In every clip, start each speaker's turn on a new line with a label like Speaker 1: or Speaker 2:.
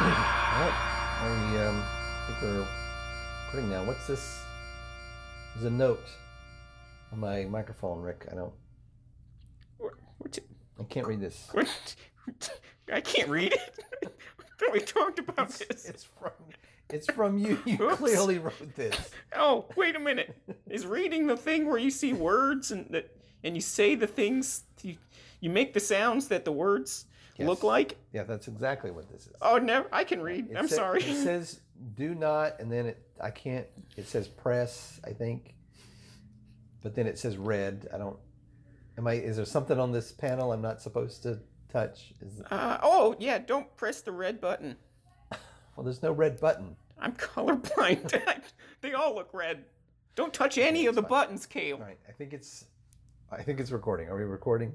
Speaker 1: All right. Are we, um, I think we're recording now. What's this? There's a note on my microphone, Rick. I don't.
Speaker 2: What? What?
Speaker 1: I can't read this.
Speaker 2: what I can't read it. I thought we talked about this.
Speaker 1: It's from. It's from you. You
Speaker 2: Oops.
Speaker 1: clearly wrote this.
Speaker 2: Oh, wait a minute. Is reading the thing where you see words and that and you say the things you you make the sounds that the words
Speaker 1: Yes.
Speaker 2: look like?
Speaker 1: Yeah, that's exactly what this is.
Speaker 2: Oh, no, I can read.
Speaker 1: It
Speaker 2: I'm
Speaker 1: sa-
Speaker 2: sorry.
Speaker 1: It says do not, and then it. I can't. It says press. I think. But then it says red. I don't. Am I? Is there something on this panel I'm not supposed to touch? Is,
Speaker 2: Uh, oh, yeah, don't press the red button.
Speaker 1: well, there's no red button.
Speaker 2: I'm colorblind. they all look red. Don't touch any of the buttons, Kale.
Speaker 1: All right, I think it's, I think it's recording. Are we recording?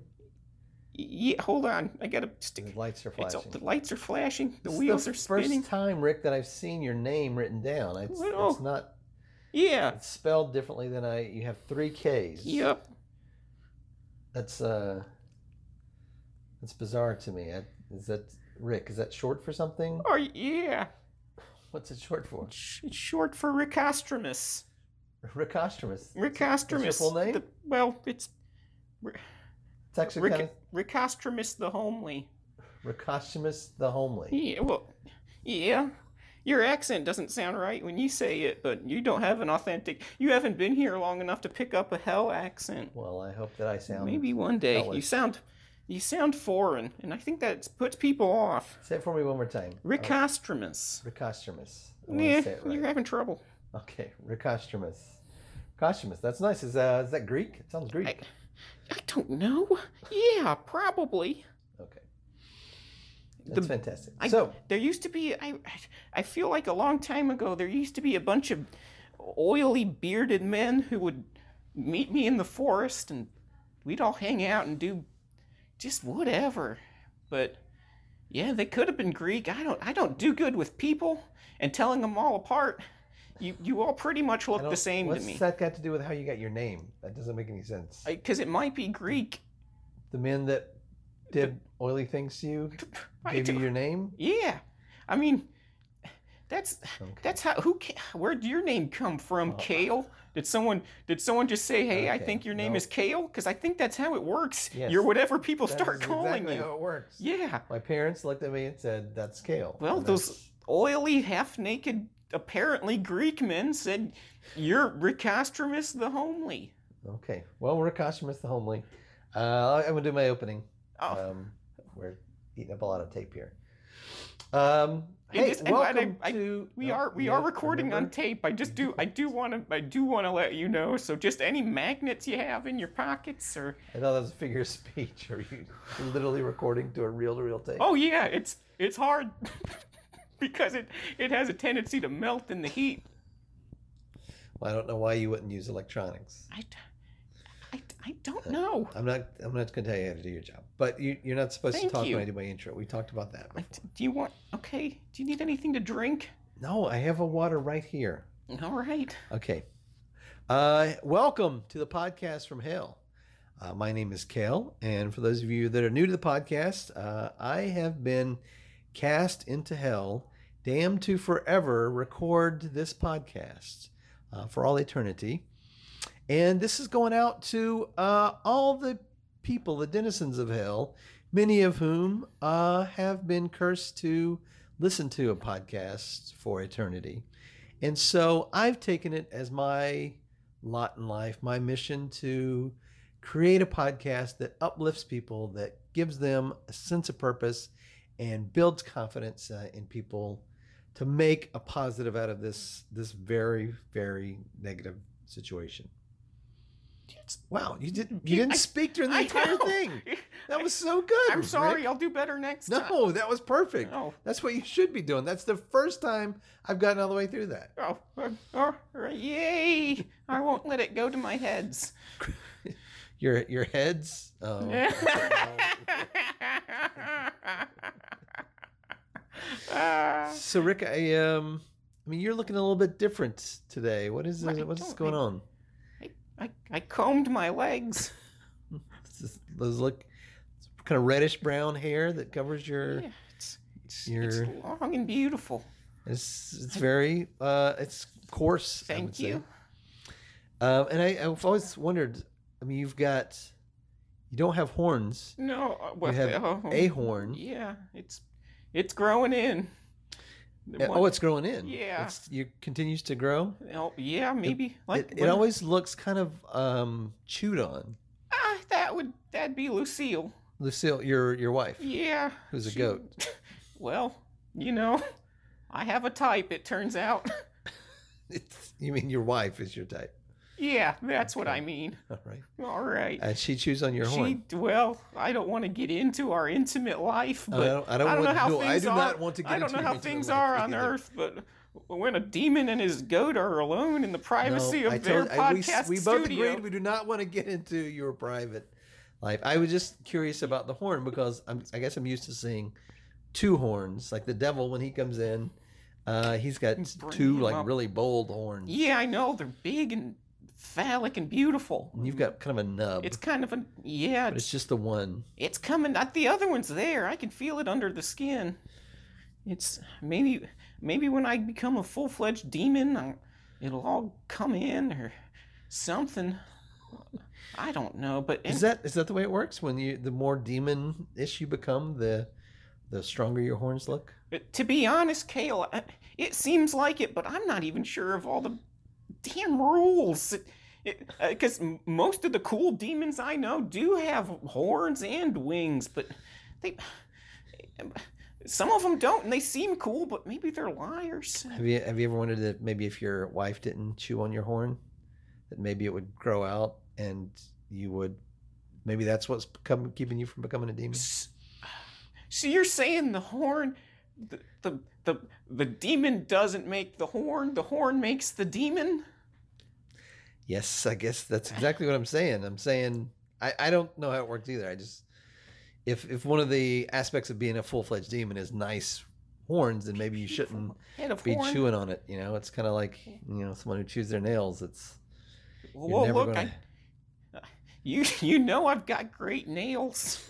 Speaker 2: Y- Yeah, hold on. I gotta stick.
Speaker 1: The lights are
Speaker 2: It's all,
Speaker 1: flashing.
Speaker 2: the lights are flashing. The
Speaker 1: This is
Speaker 2: wheels are spinning.
Speaker 1: First time, Rick, that I've seen your name written down. It's,
Speaker 2: Well-
Speaker 1: it's not.
Speaker 2: Yeah.
Speaker 1: It's spelled differently than I. You have three K's.
Speaker 2: Yep.
Speaker 1: That's uh. That's bizarre to me. I, is that Rick? Is that short for something?
Speaker 2: Oh, yeah.
Speaker 1: What's it short for?
Speaker 2: Sh- It's short for Ricostromus.
Speaker 1: Rick Ostromus.
Speaker 2: Ricostromus.
Speaker 1: full name?
Speaker 2: the- well, it's Ri-
Speaker 1: It's actually
Speaker 2: Ric-
Speaker 1: kind
Speaker 2: Ricostromus the Homely.
Speaker 1: of Rick Ostromus the Homely.
Speaker 2: Yeah, well, yeah. Your accent doesn't sound right when you say it, but you don't have an authentic. You haven't been here long enough to pick up a hell accent.
Speaker 1: Well, I hope that I sound.
Speaker 2: Maybe one day you
Speaker 1: hellish.
Speaker 2: sound, you sound foreign, and I think that puts people off.
Speaker 1: Say it for me one more time.
Speaker 2: Ricostromus.
Speaker 1: Rick Ostromus. I wanna
Speaker 2: Yeah,
Speaker 1: Oh. say it right.
Speaker 2: you're having trouble.
Speaker 1: Okay, Ricostromus. Ricostromus, that's nice. Is, uh, is that Greek? It sounds Greek.
Speaker 2: I, I don't know. Yeah, probably.
Speaker 1: Okay,
Speaker 2: The-
Speaker 1: that's fantastic.
Speaker 2: I,
Speaker 1: so,
Speaker 2: there used to be I I feel like a long time ago there used to be a bunch of oily bearded men who would meet me in the forest and we'd all hang out and do just whatever. But yeah, they could have been Greek. I don't I don't do good with people and telling them all apart. You you all pretty much
Speaker 1: I
Speaker 2: look the
Speaker 1: don't-
Speaker 2: same to
Speaker 1: what's
Speaker 2: me.
Speaker 1: that got to do with how you got your name? That doesn't make any sense.
Speaker 2: Because it might be Greek.
Speaker 1: the men that did oily things to you
Speaker 2: I
Speaker 1: gave you
Speaker 2: don't-
Speaker 1: your name.
Speaker 2: Yeah. I mean that's
Speaker 1: Okay.
Speaker 2: That's how. Who? ca- Where'd your name come from, Kale? Did someone? Did someone just say, "Hey,
Speaker 1: Oh,
Speaker 2: I
Speaker 1: uh, Okay,
Speaker 2: think your name
Speaker 1: no.
Speaker 2: is Kale"? Because I think that's how it works.
Speaker 1: Yes.
Speaker 2: You're whatever people
Speaker 1: That
Speaker 2: start
Speaker 1: is
Speaker 2: calling
Speaker 1: exactly
Speaker 2: you.
Speaker 1: how it works.
Speaker 2: Yeah.
Speaker 1: My parents looked at me and said, "That's Kale."
Speaker 2: Well,
Speaker 1: And
Speaker 2: those
Speaker 1: that's-
Speaker 2: oily, half-naked, apparently Greek men said, "You're Ricostromus the Homely."
Speaker 1: Okay. Well, Ricostromus the Homely. Uh, I'm gonna do my opening.
Speaker 2: Oh,
Speaker 1: Um, we're eating up a lot of tape here. Um,
Speaker 2: It
Speaker 1: hey,
Speaker 2: is- and I-
Speaker 1: welcome
Speaker 2: I-
Speaker 1: to.
Speaker 2: we
Speaker 1: No,
Speaker 2: are we
Speaker 1: you
Speaker 2: are
Speaker 1: guys
Speaker 2: recording on
Speaker 1: remember?
Speaker 2: tape. I just do I do want to I do want to let you know. So just any magnets you have in your pockets or
Speaker 1: I thought that was a figure of speech. Are you literally recording to a reel-to-reel tape?
Speaker 2: Oh yeah, it's it's hard because it it has a tendency to melt in the heat.
Speaker 1: Well, I don't know why you wouldn't use electronics.
Speaker 2: I, d- I d- I don't know.
Speaker 1: I'm not. I'm not going to tell you how to do your job. But you, you're not supposed
Speaker 2: Thank
Speaker 1: to talk
Speaker 2: you.
Speaker 1: when I do my intro. We talked about that.
Speaker 2: I
Speaker 1: before.
Speaker 2: d do you want? Okay. Do you need anything to drink?
Speaker 1: No, I have a water right here.
Speaker 2: All right.
Speaker 1: Okay. Uh, welcome to the podcast from Hell. Uh, my name is Kale, and for those of you that are new to the podcast, uh, I have been cast into hell, damned to forever record this podcast uh, for all eternity. And this is going out to uh, all the people, the denizens of hell, many of whom uh, have been cursed to listen to a podcast for eternity. And so I've taken it as my lot in life, my mission to create a podcast that uplifts people, that gives them a sense of purpose, and builds confidence uh, in people to make a positive out of this this very very negative situation. Wow, you didn't you didn't
Speaker 2: I-
Speaker 1: speak during the
Speaker 2: I
Speaker 1: entire
Speaker 2: know.
Speaker 1: thing. That was so good.
Speaker 2: I'm sorry.
Speaker 1: Rick.
Speaker 2: I'll do better next time. Oh,
Speaker 1: No, that was perfect.
Speaker 2: No.
Speaker 1: That's what you should be doing. That's the first time I've gotten all the way through that.
Speaker 2: Oh, uh, all right, yay! I won't let it go to my heads.
Speaker 1: Your your heads. Oh,
Speaker 2: Ah.
Speaker 1: so Rick, I um, I mean, you're looking a little bit different today. What is
Speaker 2: I
Speaker 1: what's
Speaker 2: don't-
Speaker 1: going
Speaker 2: I-
Speaker 1: on?
Speaker 2: I, I combed my legs.
Speaker 1: It's just those look kind of reddish brown hair that covers your.
Speaker 2: Yeah, it's, it's, it's
Speaker 1: You're-
Speaker 2: long and beautiful.
Speaker 1: It's it's very uh, it's coarse. I would
Speaker 2: Thank
Speaker 1: say.
Speaker 2: you.
Speaker 1: Um, and I, I've always wondered. I mean, you've got, you don't have horns.
Speaker 2: No, uh, well,
Speaker 1: have
Speaker 2: oh,
Speaker 1: a horn.
Speaker 2: Yeah, it's it's growing in. The
Speaker 1: Uh,
Speaker 2: one-
Speaker 1: Oh, it's growing in.
Speaker 2: Yeah.
Speaker 1: it's, you continues to grow.
Speaker 2: oh, yeah, maybe. like
Speaker 1: it, it
Speaker 2: when-
Speaker 1: always looks kind of um, chewed on.
Speaker 2: ah, that would that'd be Lucille.
Speaker 1: Lucille, your your wife,
Speaker 2: Yeah.
Speaker 1: who's a
Speaker 2: she-
Speaker 1: goat.
Speaker 2: Well, you know, I have a type. It turns out.
Speaker 1: It's, you mean your wife is your type?
Speaker 2: yeah, that's what I mean.
Speaker 1: All right.
Speaker 2: All right.
Speaker 1: And she chews on your
Speaker 2: she
Speaker 1: horn.
Speaker 2: well, I don't want to get into our intimate life,
Speaker 1: I
Speaker 2: but
Speaker 1: don't- I don't want-
Speaker 2: know how
Speaker 1: no, I
Speaker 2: things
Speaker 1: do
Speaker 2: are.
Speaker 1: not want to get
Speaker 2: I don't
Speaker 1: into
Speaker 2: know
Speaker 1: your
Speaker 2: how
Speaker 1: intimate
Speaker 2: things
Speaker 1: life
Speaker 2: are on
Speaker 1: either.
Speaker 2: Earth, but when a demon and his goat are alone in the privacy
Speaker 1: no,
Speaker 2: of
Speaker 1: I
Speaker 2: their
Speaker 1: told, I- we,
Speaker 2: podcast
Speaker 1: we both
Speaker 2: studio,
Speaker 1: agreed we do not want to get into your private life. I was just curious about the horn because I'm, I guess I'm used to seeing two horns. Like the devil when he comes in, uh, he's got
Speaker 2: Bring
Speaker 1: two
Speaker 2: him
Speaker 1: like
Speaker 2: up.
Speaker 1: really bold horns.
Speaker 2: yeah, I know they're big and phallic and beautiful.
Speaker 1: And you've got kind of a nub,
Speaker 2: It's kind of a yeah,
Speaker 1: but
Speaker 2: it's,
Speaker 1: it's just the one.
Speaker 2: it's coming. Not the other one's there. I can feel it under the skin. It's maybe maybe when I become a full fledged demon, i it'll all come in or something. I don't know, but
Speaker 1: Is that is that the way it works? When you the more demon-ish you become, the the stronger your horns look.
Speaker 2: to be honest, Kale, I- it seems like it, but I'm not even sure of all the damn rules. Because m most of the cool demons I know do have horns and wings, but they. Some of them don't, and they seem cool, but maybe they're liars.
Speaker 1: Have you have you ever wondered that maybe if your wife didn't chew on your horn, that maybe it would grow out and you would maybe that's what's become, keeping you from becoming a demon.
Speaker 2: S- So you're saying the horn, the, the the the demon doesn't make the horn, the horn makes the demon.
Speaker 1: Yes, I guess that's exactly what I'm saying. I'm saying I, I don't know how it works either. I just if if one of the aspects of being a full fledged demon is nice horns, then maybe you shouldn't
Speaker 2: Head of
Speaker 1: be
Speaker 2: horn.
Speaker 1: chewing on it. You know, it's kind of like you know someone who chews their nails. It's you're
Speaker 2: Whoa,
Speaker 1: never
Speaker 2: look,
Speaker 1: gonna,
Speaker 2: I, You you know I've got great nails.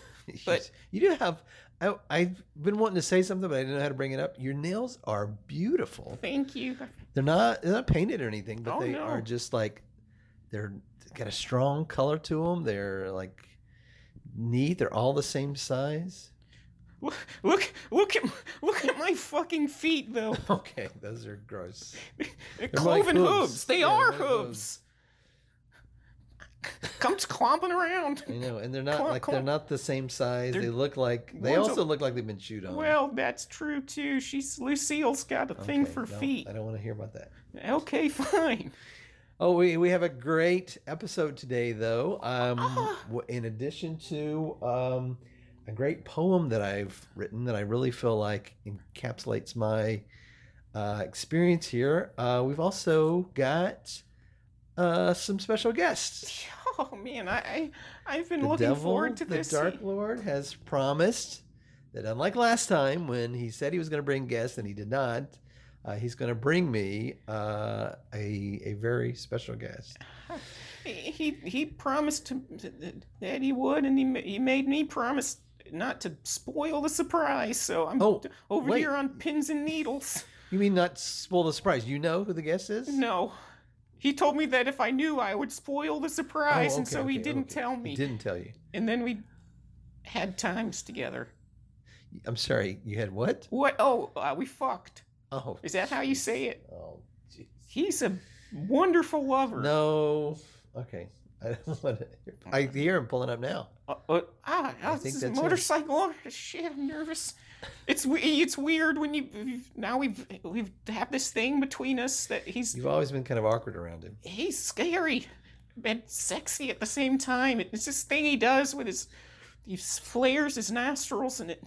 Speaker 2: But-
Speaker 1: you do have. I, I've been wanting to say something, but I didn't know how to bring it up. Your nails are beautiful.
Speaker 2: Thank you.
Speaker 1: They're not they're not painted or anything, but
Speaker 2: Oh,
Speaker 1: they
Speaker 2: no.
Speaker 1: are just like they're got a strong color to them. They're like neat. They're all the same size.
Speaker 2: Look look look at look at my fucking feet though.
Speaker 1: Okay, those are gross.
Speaker 2: They're
Speaker 1: like
Speaker 2: cloven
Speaker 1: hooves.
Speaker 2: hooves. They
Speaker 1: Yeah,
Speaker 2: are
Speaker 1: they're like
Speaker 2: hooves. Comes clomping around.
Speaker 1: I know, and they're not
Speaker 2: Come on,
Speaker 1: like
Speaker 2: come
Speaker 1: they're
Speaker 2: on.
Speaker 1: not the same size.
Speaker 2: They're-
Speaker 1: they look like they
Speaker 2: one's a-
Speaker 1: also look like they've been chewed on.
Speaker 2: Well, that's true too. She's Lucille's got a thing
Speaker 1: Okay,
Speaker 2: for
Speaker 1: no,
Speaker 2: feet.
Speaker 1: I don't want to hear about that.
Speaker 2: Okay, fine.
Speaker 1: Oh, we, we have a great episode today, though. Um,
Speaker 2: Ah.
Speaker 1: w- In addition to um, a great poem that I've written that I really feel like encapsulates my uh, experience here, uh, we've also got uh, some special guests.
Speaker 2: Oh man, I, I I've been
Speaker 1: The
Speaker 2: looking
Speaker 1: devil,
Speaker 2: forward to
Speaker 1: the
Speaker 2: this.
Speaker 1: Dark Lord, has promised that, unlike last time when he said he was going to bring guests and he did not, uh, he's going to bring me uh, a, a very special guest.
Speaker 2: He he he promised to, that he would, and he ma- he made me promise not to spoil the surprise. So I'm
Speaker 1: Oh,
Speaker 2: d- over
Speaker 1: wait.
Speaker 2: here on pins and needles.
Speaker 1: You mean not spoil the surprise? You know who the guest is?
Speaker 2: No, he told me that if I knew, I would spoil the
Speaker 1: Oh,
Speaker 2: surprise, and
Speaker 1: okay,
Speaker 2: so he
Speaker 1: okay,
Speaker 2: didn't
Speaker 1: okay.
Speaker 2: tell
Speaker 1: He
Speaker 2: me.
Speaker 1: didn't tell you.
Speaker 2: And then we had times together.
Speaker 1: I'm sorry. You had what?
Speaker 2: What? Oh, uh, we fucked.
Speaker 1: Oh.
Speaker 2: Is that how you
Speaker 1: jeez.
Speaker 2: say it?
Speaker 1: Oh, jeez.
Speaker 2: He's a wonderful lover.
Speaker 1: No. Okay. I don't want to. I hear him pulling up now.
Speaker 3: Uh, uh, ah, ah,
Speaker 1: think
Speaker 3: this is a
Speaker 1: that's it.
Speaker 3: motorcycle. Oh, shit, I'm nervous. It's we- it's weird when you you've- now we've we've have this thing between us that he's
Speaker 1: You've always been kind of awkward around him.
Speaker 3: he's scary and sexy at the same time. It's this thing he does with his he flares his nostrils and it.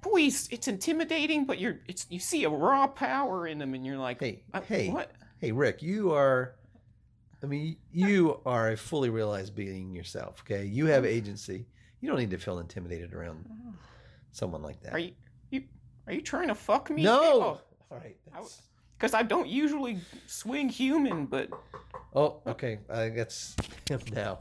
Speaker 3: Boy, it's, it's intimidating, but you're it's you see a raw power in him, and you're like,
Speaker 1: Hey,
Speaker 3: uh,
Speaker 1: hey,
Speaker 3: what?
Speaker 1: hey, Rick, you are. I mean, you are a fully realized being yourself. Okay, you
Speaker 2: Mm.
Speaker 1: have agency. You don't need to feel intimidated around
Speaker 2: Oh.
Speaker 1: someone like that.
Speaker 3: Are you you are you trying to fuck me?
Speaker 2: Oh.
Speaker 1: No. All right.
Speaker 3: I w-
Speaker 1: that's-
Speaker 3: Because I don't usually swing human, but
Speaker 1: Oh, okay. I that's him now.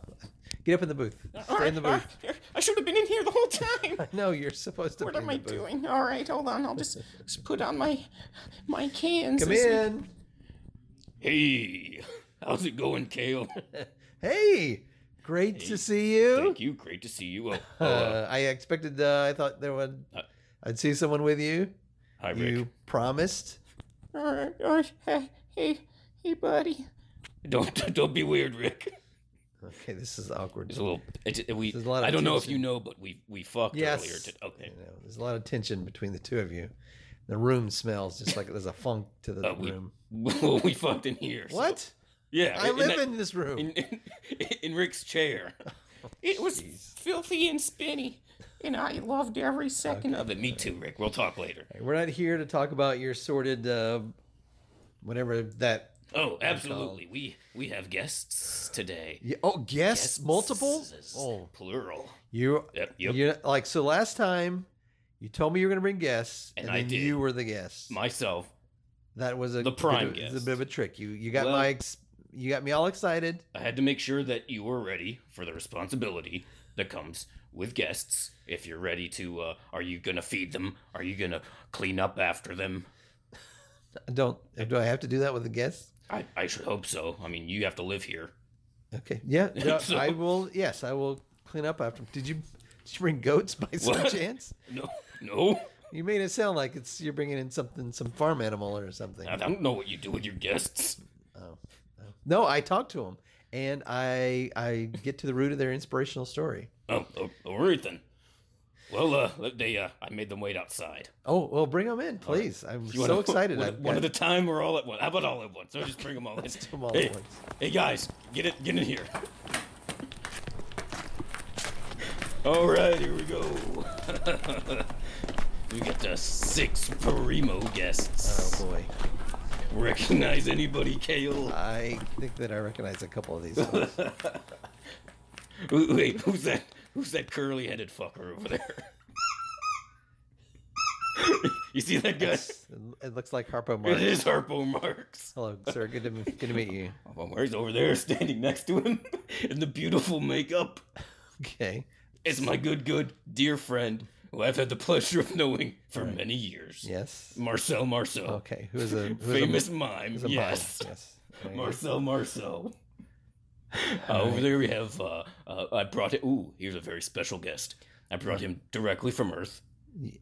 Speaker 1: Get up in the booth. Stay in the booth.
Speaker 3: Uh, I should have been in here the whole time.
Speaker 1: No, you're supposed to.
Speaker 3: what
Speaker 1: be in
Speaker 3: am
Speaker 1: the
Speaker 3: I
Speaker 1: booth.
Speaker 3: doing? All right, hold on. I'll just, just put on my my cans.
Speaker 1: Come
Speaker 3: This-
Speaker 1: in.
Speaker 2: Hey, how's it going, Kale?
Speaker 1: Hey, great to see you.
Speaker 2: Thank you. Great to see you. Oh, oh, uh,
Speaker 1: Uh, I expected. Uh, I thought there would.
Speaker 2: Uh,
Speaker 1: I'd see someone with you.
Speaker 2: hi, Rick.
Speaker 1: You promised.
Speaker 3: All right, all right. Hey, hey, hey, buddy.
Speaker 2: Don't don't be weird, Rick.
Speaker 1: Okay, this is awkward.
Speaker 2: It's a little. It's, we.
Speaker 1: There's a lot of
Speaker 2: I don't know if
Speaker 1: tension.
Speaker 2: you know, but we we fucked
Speaker 1: Yes.
Speaker 2: earlier. To, okay.
Speaker 1: You know, there's a lot of tension between the two of you. The room smells just like there's a funk to the
Speaker 2: Uh, we-
Speaker 1: room.
Speaker 2: Well, we fucked in here. so-
Speaker 1: What?
Speaker 2: Yeah.
Speaker 1: I live
Speaker 2: that-
Speaker 1: in this room.
Speaker 2: in, in, in Rick's chair. Oh,
Speaker 3: It was filthy and spinny, and I loved every second
Speaker 2: Uh,
Speaker 3: of it.
Speaker 2: but me too, Rick. We'll talk later.
Speaker 1: We're not here to talk about your sordid, uh, whatever that.
Speaker 2: Oh, absolutely. We we have guests today.
Speaker 1: y- Oh, guests, multiple.
Speaker 2: Guests,
Speaker 1: Oh,
Speaker 2: plural.
Speaker 1: you,
Speaker 2: Yep. yep.
Speaker 1: you like so. Last time, you told me you were going to bring guests, and,
Speaker 2: And I
Speaker 1: then
Speaker 2: did.
Speaker 1: you were the guest.
Speaker 2: Myself.
Speaker 1: that was a
Speaker 2: the prime
Speaker 1: bit of, It's
Speaker 2: guest.
Speaker 1: a bit of a trick. You you got
Speaker 2: Well-
Speaker 1: my ex, you got me all excited.
Speaker 2: I had to make sure that you were ready for the responsibility that comes with guests. If you're ready to, uh, are you gonna feed them? Are you gonna clean up after them?
Speaker 1: Don't do I have to do that with the guests?
Speaker 2: I, I should hope so. I mean, you have to live here.
Speaker 1: Okay. Yeah. yeah,
Speaker 2: So-
Speaker 1: I will. Yes, I will clean up after. Did you did you bring goats by some
Speaker 2: What?
Speaker 1: chance?
Speaker 2: No, no.
Speaker 1: You made it sound like it's you're bringing in something, some farm animal or something.
Speaker 2: I don't know what you do with your guests.
Speaker 1: No, I talk to them, and I I get to the root of their inspirational story.
Speaker 2: Oh, oh all right then. Well, uh, they, uh, I made them wait outside.
Speaker 1: Oh well, bring them in, please. I'm
Speaker 2: You
Speaker 1: so
Speaker 2: wanna-
Speaker 1: excited.
Speaker 2: One,
Speaker 1: I've
Speaker 2: one
Speaker 1: got
Speaker 2: at a time, or all at once? How about all at once? Or just bring them all in.
Speaker 1: them all at
Speaker 2: hey,
Speaker 1: once.
Speaker 2: hey guys, get it, get in here. All right, here we go. we got the six primo guests.
Speaker 1: Oh boy,
Speaker 2: Recognize anybody, Kale?
Speaker 1: I think that I recognize a couple of these. ones.
Speaker 2: Wait, wait, who's that? Who's that curly-headed fucker over there? you see that guy?
Speaker 1: it looks like Harpo
Speaker 2: It
Speaker 1: Marx.
Speaker 2: is Harpo Marx.
Speaker 1: Hello, sir. Good to good to meet you.
Speaker 2: Well, Murray's over there standing next to him in the beautiful makeup.
Speaker 1: Okay.
Speaker 2: It's my good, good, dear friend who I've had the pleasure of knowing for many years.
Speaker 1: Yes.
Speaker 2: Marcel Marceau.
Speaker 1: Okay. Who is a who is a-
Speaker 2: Famous mime.
Speaker 1: who's a mime.
Speaker 2: yes.
Speaker 1: Yes. Okay.
Speaker 2: Marcel Marceau. Uh, over there we have, uh, uh, I brought it, ooh, here's a very special guest. I brought him directly from Earth.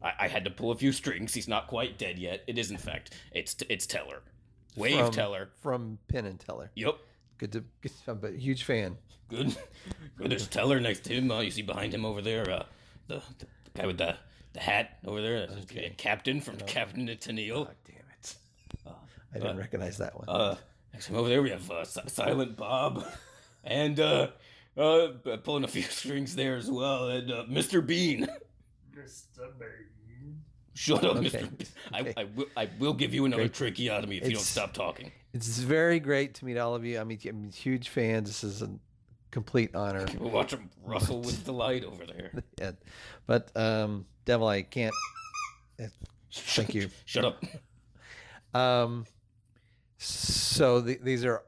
Speaker 2: I, I had to pull a few strings. He's not quite dead yet. It is, in fact. It's, it's Teller. Wave
Speaker 1: From-
Speaker 2: Teller.
Speaker 1: from Penn and Teller.
Speaker 2: Yep.
Speaker 1: Good to. Good, I'm a huge fan.
Speaker 2: Good. Good. There's Teller next to him. Uh, you see behind him over there, uh, the, the guy with the, the hat over there. That's
Speaker 1: Okay.
Speaker 2: a captain from Captain to Neil.
Speaker 1: damn it! I didn't recognize that one.
Speaker 2: Uh, next to him over there, we have uh, Si- Silent Bob, and uh, uh, b- pulling a few strings there as well, and uh, Mr. Bean. Shut up,
Speaker 1: Okay.
Speaker 2: Mr. Bean. I,
Speaker 1: Okay.
Speaker 2: I, will, I will give you another tracheotomy if you don't
Speaker 1: It's-
Speaker 2: stop talking.
Speaker 1: It's very great to meet all of you. I mean, I'm a huge fan. This is a complete honor.
Speaker 2: We'll watch him rustle with delight over there.
Speaker 1: Yeah. But um, Devil, I can't. Thank you.
Speaker 2: Shut up.
Speaker 1: Um, so th- these are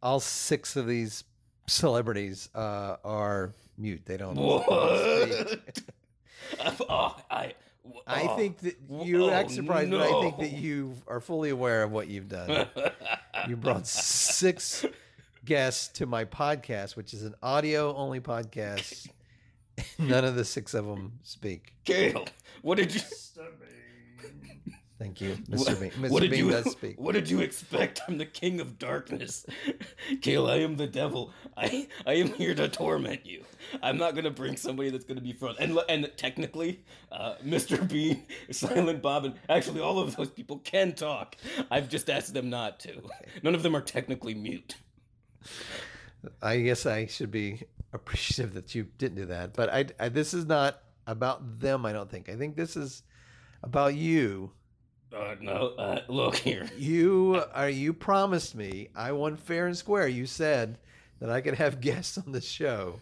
Speaker 1: all six of these celebrities uh, are mute. They don't.
Speaker 2: What? oh, I,
Speaker 1: I
Speaker 2: oh.
Speaker 1: think that you act
Speaker 2: oh,
Speaker 1: surprised, but I think that
Speaker 2: no.
Speaker 1: you are fully aware of what you've done. you brought six guests to my podcast, which is an audio only podcast. None of the six of them speak.
Speaker 2: Gail, what did you?
Speaker 1: Thank you, Mr. Bean. Mr.
Speaker 2: What did
Speaker 1: Bean
Speaker 2: you
Speaker 1: does speak.
Speaker 2: What did you expect? I'm the king of darkness. Kale, I am the devil. I I am here to torment you. I'm not gonna bring somebody that's gonna be fun. And le- and technically, uh, Mr. Bean, Silent Bob, and actually all of those people can talk. I've just asked them not to. None of them are technically mute.
Speaker 1: I guess I should be appreciative that you didn't do that. But I, I this is not about them. I don't think. I think this is about you.
Speaker 2: Uh, no, uh, look here.
Speaker 1: You are you promised me. I won fair and square. You said that I could have guests on the show,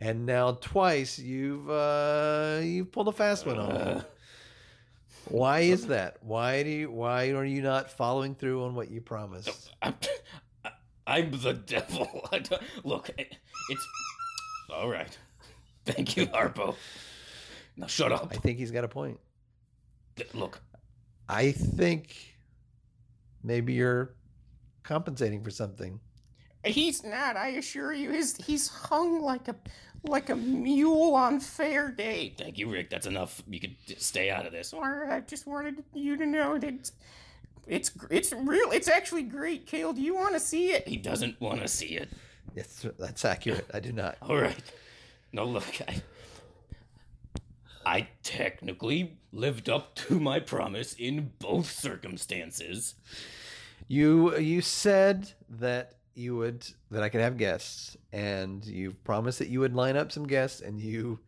Speaker 1: and now twice you've uh, you've pulled a fast one on me.
Speaker 2: Uh,
Speaker 1: Why is that? Why do you, why are you not following through on what you promised?
Speaker 2: I'm, I- I'm the devil. I don't, look, I- it's all right. Thank you, Harpo. Now shut up.
Speaker 1: I think he's got a point.
Speaker 2: Look,
Speaker 1: I think maybe you're compensating for something.
Speaker 3: He's not. I assure you. He's he's hung like a like a mule on fair day.
Speaker 2: thank you, Rick. That's enough. You could just stay out of this.
Speaker 3: So I I just wanted you to know that it's it's, gr- it's real. It's actually great, Kale. Do you want to see it?
Speaker 2: He doesn't want to see it.
Speaker 1: Yes, that's accurate. I do not.
Speaker 2: All right. Now look, I, I technically lived up to my promise in both circumstances.
Speaker 1: You you said that you would that I could have guests, and you promised that you would line up some guests, and you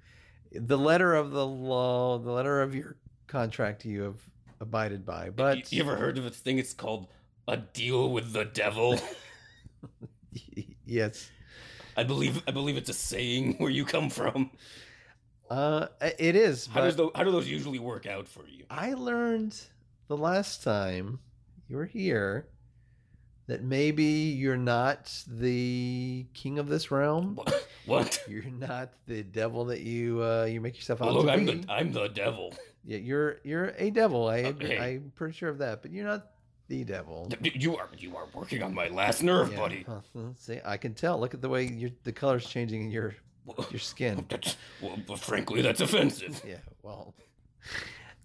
Speaker 1: the letter of the law, the letter of your contract, you have abided by.
Speaker 2: You-
Speaker 1: But
Speaker 2: you ever heard of a thing? It's called a deal with the devil.
Speaker 1: yes,
Speaker 2: I believe I believe it's a saying where you come from.
Speaker 1: uh, it is.
Speaker 2: How
Speaker 1: but-
Speaker 2: does those, how do those usually work out for you?
Speaker 1: I learned the last time you were here that maybe you're not the king of this realm.
Speaker 2: What? Oh,
Speaker 1: You're not the devil that you uh, you make yourself out
Speaker 2: look,
Speaker 1: to
Speaker 2: I'm
Speaker 1: be.
Speaker 2: the I'm the devil.
Speaker 1: yeah, you're you're a devil. I agree.
Speaker 2: Okay.
Speaker 1: I'm pretty sure of that, but you're not the devil.
Speaker 2: You are you are working on my last nerve,
Speaker 1: Yeah,
Speaker 2: buddy.
Speaker 1: huh, huh, See, I can tell. Look at the way your the color's changing in your
Speaker 2: Well,
Speaker 1: your skin.
Speaker 2: that's- well, but frankly, that's offensive.
Speaker 1: Yeah, well.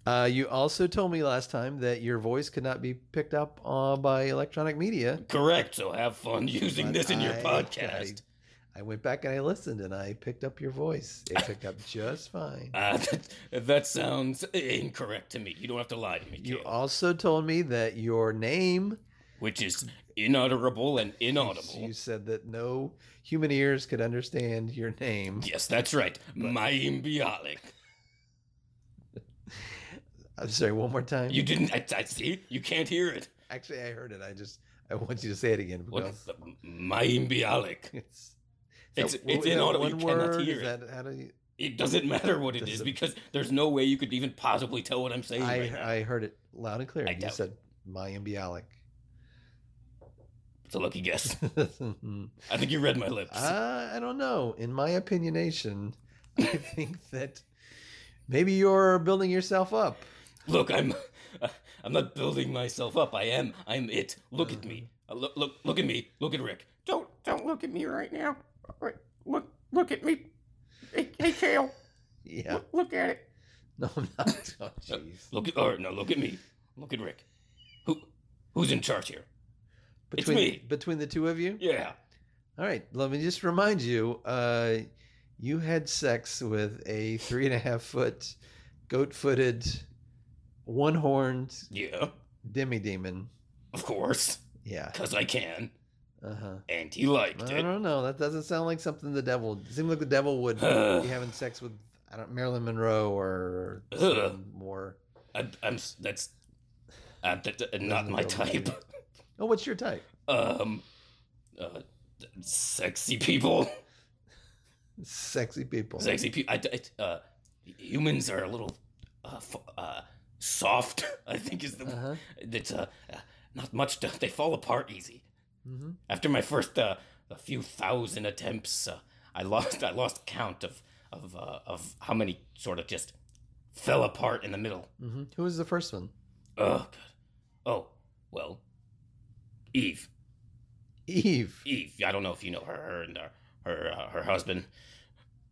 Speaker 1: Uh, you also told me last time that your voice could not be picked up uh, by electronic media.
Speaker 2: Correct. So have fun using
Speaker 1: But
Speaker 2: this in your
Speaker 1: I-
Speaker 2: podcast.
Speaker 1: I, I went back and I listened and I picked up your voice. It picked up just fine.
Speaker 2: Uh, that, that sounds incorrect to me. You don't have to lie to me,
Speaker 1: You
Speaker 2: Kale,
Speaker 1: also told me that your name,
Speaker 2: which is inutterable and inaudible.
Speaker 1: you said that no human ears could understand your name.
Speaker 2: Yes, that's right. Maim Bialik.
Speaker 1: I'm sorry, one more time.
Speaker 2: You didn't. I, I see. You can't hear it.
Speaker 1: Actually, I heard it. I just, I want you to say it again
Speaker 2: What?
Speaker 1: because
Speaker 2: Maim Bialik.
Speaker 1: it's.
Speaker 2: It's-
Speaker 1: so,
Speaker 2: it's
Speaker 1: is that
Speaker 2: inaudible. You
Speaker 1: one
Speaker 2: cannot
Speaker 1: word?
Speaker 2: hear
Speaker 1: Is
Speaker 2: it.
Speaker 1: that- how do you-
Speaker 2: It doesn't matter what it is
Speaker 1: Doesn't-
Speaker 2: because there's no way you could even possibly tell what I'm saying
Speaker 1: I,
Speaker 2: right now.
Speaker 1: I heard it loud and clear.
Speaker 2: I
Speaker 1: you
Speaker 2: doubt
Speaker 1: said Mayim Bialik.
Speaker 2: It's a lucky guess.
Speaker 1: Hmm.
Speaker 2: I think you read my lips.
Speaker 1: Uh, I don't know. In my opinionation, I think that maybe you're building yourself up.
Speaker 2: Look, I'm uh, I'm not building myself up. I am. I'm it. Look at me. Uh, Look, look, look at me. Look at Rick.
Speaker 3: Don't don't look at me right now.
Speaker 2: Uh,
Speaker 3: Right, Look look at me. Hey, hey Kale.
Speaker 1: Yeah.
Speaker 3: Look, look at it.
Speaker 1: No, I'm not. Oh, jeez.
Speaker 2: Look at or no, look at me. Look at Rick. Who who's in charge here? It's
Speaker 1: Between
Speaker 2: me.
Speaker 1: between the two of you.
Speaker 2: Yeah.
Speaker 1: All right. Let me just remind you. Uh, you had sex with a three and a half foot, goat-footed, one-horned
Speaker 2: Yeah.
Speaker 1: demi-demon.
Speaker 2: Of course.
Speaker 1: Yeah.
Speaker 2: Cuz I can.
Speaker 1: Uh huh.
Speaker 2: And he liked
Speaker 1: I
Speaker 2: it.
Speaker 1: don't know. That doesn't sound like something the devil. It seems like the devil would be
Speaker 2: Ugh.
Speaker 1: having sex with I don't Marilyn Monroe or
Speaker 2: Ugh.
Speaker 1: someone more.
Speaker 2: I, I'm s- that's uh, that, that- not my type.
Speaker 1: Oh, what's your type?
Speaker 2: Um uh sexy people.
Speaker 1: Sexy people.
Speaker 2: Sexy people. I, I, uh, humans are a little uh, f- uh, soft. I think is the
Speaker 1: Uh-huh.
Speaker 2: that's uh, uh, not much. To, they fall apart easy.
Speaker 1: Mhm.
Speaker 2: After my first uh, a few thousand attempts, uh, I lost I lost count of of uh, of how many sort of just fell apart in the middle.
Speaker 1: hmm Who was the first one?
Speaker 2: Oh God. Oh well. Eve.
Speaker 1: Eve.
Speaker 2: Eve. I don't know if you know her. Her and her her, uh, her husband,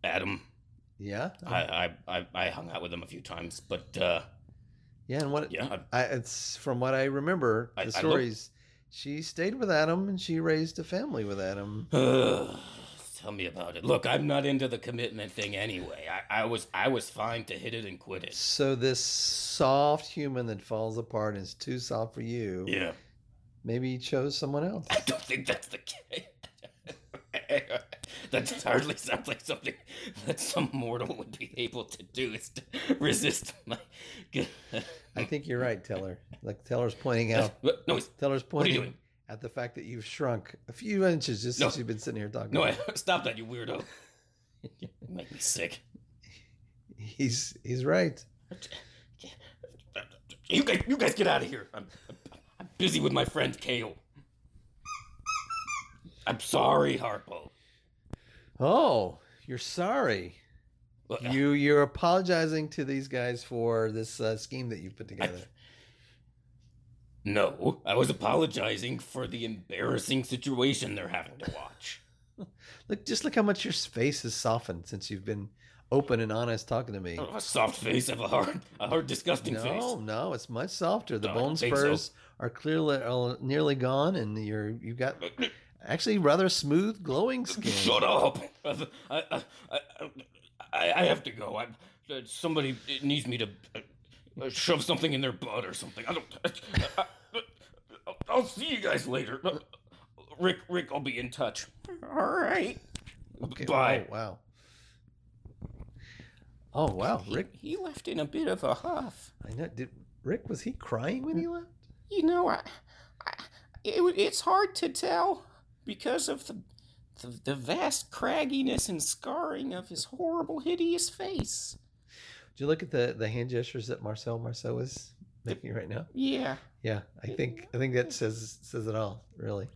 Speaker 2: Adam.
Speaker 1: Yeah.
Speaker 2: I, I, I, I hung out with him a few times, but uh,
Speaker 1: Yeah, and what?
Speaker 2: Yeah, I,
Speaker 1: I, it's from what I remember
Speaker 2: I-
Speaker 1: the
Speaker 2: I looked-
Speaker 1: stories. she stayed with Adam and she raised a family with Adam.
Speaker 2: Ugh, tell me about it. Look, I'm not into the commitment thing anyway. I, I was I was fine to hit it and quit it.
Speaker 1: So this soft human that falls apart and is too soft for you.
Speaker 2: Yeah.
Speaker 1: Maybe he chose someone else.
Speaker 2: I don't think that's the case. that hardly sounds like something that some mortal would be able to do is to resist my
Speaker 1: I think you're right, Teller. Like Teller's pointing out.
Speaker 2: no it's-
Speaker 1: Teller's
Speaker 2: are you
Speaker 1: pointing
Speaker 2: doing?
Speaker 1: at the fact that you've shrunk a few inches just
Speaker 2: No.
Speaker 1: since you've been sitting here talking.
Speaker 2: no
Speaker 1: about it.
Speaker 2: stop that you weirdo. You make me sick.
Speaker 1: he's he's right.
Speaker 2: You guys, you guys get out of here. I'm, I'm, I'm busy with my friend Kale. I'm sorry, Harpo.
Speaker 1: Oh, you're sorry.
Speaker 2: Look,
Speaker 1: You you're apologizing to these guys for this uh, scheme that you put together.
Speaker 2: No, I was apologizing for the embarrassing situation they're having to watch.
Speaker 1: Look, just look how much your face has softened since you've been open and honest talking to me.
Speaker 2: Oh, a soft face of a hard, a hard, disgusting
Speaker 1: No,
Speaker 2: face.
Speaker 1: no, it's much softer. The
Speaker 2: No, I don't
Speaker 1: bone
Speaker 2: think so.
Speaker 1: spurs are clearly are nearly gone, and you're you've got actually rather smooth, glowing skin.
Speaker 2: uh, Shut up! I, I, I, I, I have to go. I, uh, somebody needs me to uh, uh, shove something in their butt or something. I don't. I, I, I'll see you guys later. Uh, Rick, Rick, I'll be in touch.
Speaker 3: All right.
Speaker 1: Okay,
Speaker 2: Bye.
Speaker 1: Oh, wow. Oh wow,
Speaker 2: He-
Speaker 1: Rick.
Speaker 2: He, left in a bit of a huff.
Speaker 1: I know. Did Rick was he crying when he left?
Speaker 3: You know, I, I it, wa- it's hard to tell because of the, the the vast cragginess and scarring of his horrible, hideous face.
Speaker 1: Did you look at the the hand gestures that Marcel Marceau is making right now?
Speaker 3: Yeah,
Speaker 1: Yeah, I think I think that says says it all. Really.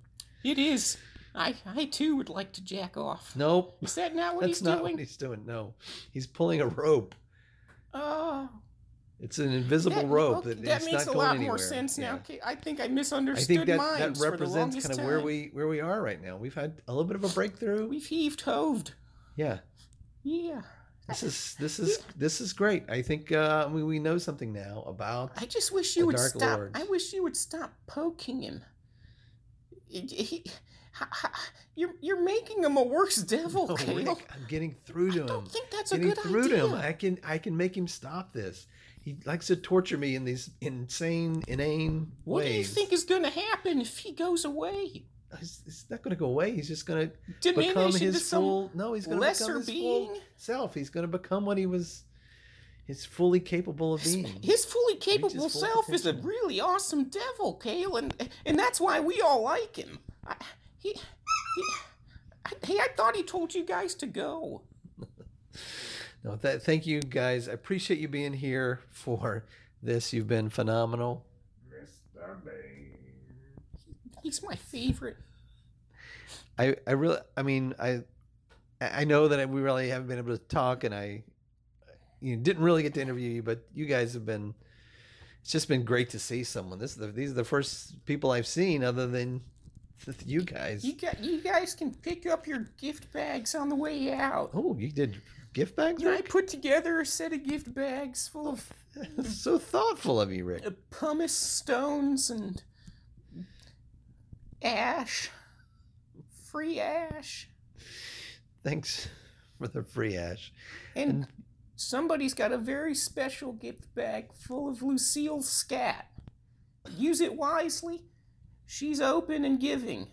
Speaker 3: it is. I I too would like to jack off.
Speaker 1: Nope.
Speaker 3: Is that not what
Speaker 1: That's
Speaker 3: he's
Speaker 1: not
Speaker 3: doing?
Speaker 1: what he's doing. No, he's pulling a rope.
Speaker 3: Oh,
Speaker 1: It's an invisible
Speaker 3: that,
Speaker 1: rope
Speaker 3: okay,
Speaker 1: that,
Speaker 3: that
Speaker 1: it's
Speaker 3: makes
Speaker 1: not
Speaker 3: a lot
Speaker 1: going
Speaker 3: more
Speaker 1: anywhere.
Speaker 3: sense now.
Speaker 1: Yeah.
Speaker 3: K- I think I
Speaker 1: I
Speaker 3: misunderstood
Speaker 1: think that,
Speaker 3: mine
Speaker 1: that represents
Speaker 3: for the
Speaker 1: kind
Speaker 3: longest
Speaker 1: of where
Speaker 3: time.
Speaker 1: we where we are right now. We've had a little bit of a breakthrough.
Speaker 3: we've heaved hoved.
Speaker 1: Yeah,
Speaker 3: Yeah.
Speaker 1: this is this is this is great. I think uh, we we know something now about.
Speaker 3: I just wish you
Speaker 1: The
Speaker 3: would
Speaker 1: Dark
Speaker 3: stop.
Speaker 1: Lords.
Speaker 3: I wish you would stop poking him. He- he- ha- ha- you're you're making him a worse devil,
Speaker 1: Oh,
Speaker 3: Kale.
Speaker 1: Rick, I'm getting through
Speaker 3: I
Speaker 1: to him.
Speaker 3: don't think that's a
Speaker 1: Getting
Speaker 3: good
Speaker 1: through
Speaker 3: idea.
Speaker 1: to him. I can I can make him stop this. He likes to torture me in these insane, inane
Speaker 3: what
Speaker 1: ways. Uh,
Speaker 3: do you think is going to happen if he goes away?
Speaker 1: He's, he's not going to go away. He's just going to become
Speaker 3: Diminish into
Speaker 1: his
Speaker 3: some
Speaker 1: full. No, he's going to become
Speaker 3: lesser
Speaker 1: his full
Speaker 3: being?
Speaker 1: self. He's going to become what he was. He's fully capable of being.
Speaker 3: His fully capable
Speaker 1: full
Speaker 3: self is a
Speaker 1: potential.
Speaker 3: really awesome devil, Kale, and and that's why we all like him. I, he, he, I- hey, I thought he told you guys to go.
Speaker 1: No, that. Thank you guys. I appreciate you being here for this. You've been phenomenal.
Speaker 3: He's my favorite.
Speaker 1: I, I really, I mean, I, I know that we really haven't been able to talk, and I, you know, didn't really get to interview you, but you guys have been. It's just been great to see someone. This is the, these are the first people I've seen other than you guys.
Speaker 3: You got you guys can pick up your gift bags on the way out.
Speaker 1: Oh, you did gift bags.
Speaker 3: I
Speaker 1: Rick?
Speaker 3: put together a set of gift bags full of
Speaker 1: so thoughtful of you, Rick.
Speaker 3: uh, pumice stones and ash, free ash,
Speaker 1: Thanks for the free ash.
Speaker 3: and somebody's got a very special gift bag full of Lucille scat. Use it wisely. She's open and giving.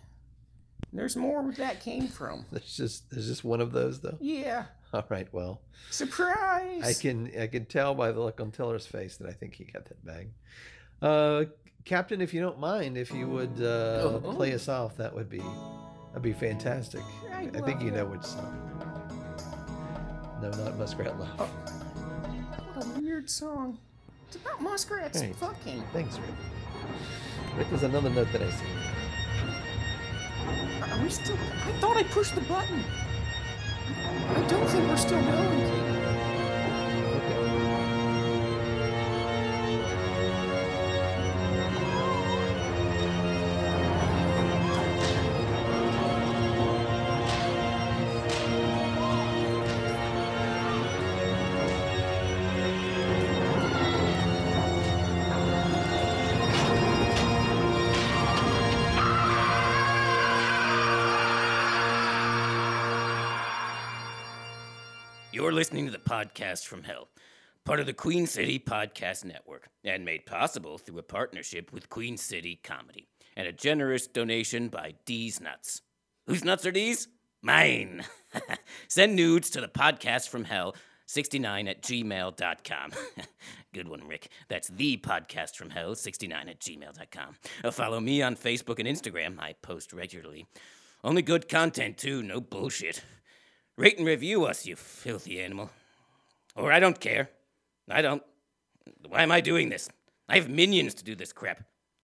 Speaker 3: There's more where that came from.
Speaker 1: There's just there's just one of those though.
Speaker 3: Yeah,
Speaker 1: All right, well,
Speaker 3: surprise.
Speaker 1: I can I can tell by the look on Tiller's face that I think he got that bag. Uh, Captain, if you don't mind, if you would uh,
Speaker 3: Oh.
Speaker 1: play us off, that would be that'd be fantastic. I,
Speaker 3: I'd
Speaker 1: think
Speaker 3: love
Speaker 1: you
Speaker 3: it.
Speaker 1: know which song. No, not Muskrat Love.
Speaker 3: Oh. What a weird song. It's about muskrats
Speaker 1: Right.
Speaker 3: fucking.
Speaker 1: Thanks, Rick. Rick was another note that I see.
Speaker 3: Are we still? I thought I pushed the button. I don't think we're still going.
Speaker 1: Okay.
Speaker 3: I
Speaker 2: You're listening to the podcast from hell, part of the Queen City Podcast Network, and made possible through a partnership with Queen City Comedy and a generous donation by D's Nuts. Whose nuts are these? Mine. Send nudes to the podcast from hell. 69 at gmail.com. Good one, Rick. That's the podcast from hell, 69 at gmail.com. Uh, follow me on Facebook and Instagram. I post regularly. Only good content, too, no bullshit. Rate and review us, you filthy animal. Or I don't care. I don't. Why am I doing this? I have minions to do this crap.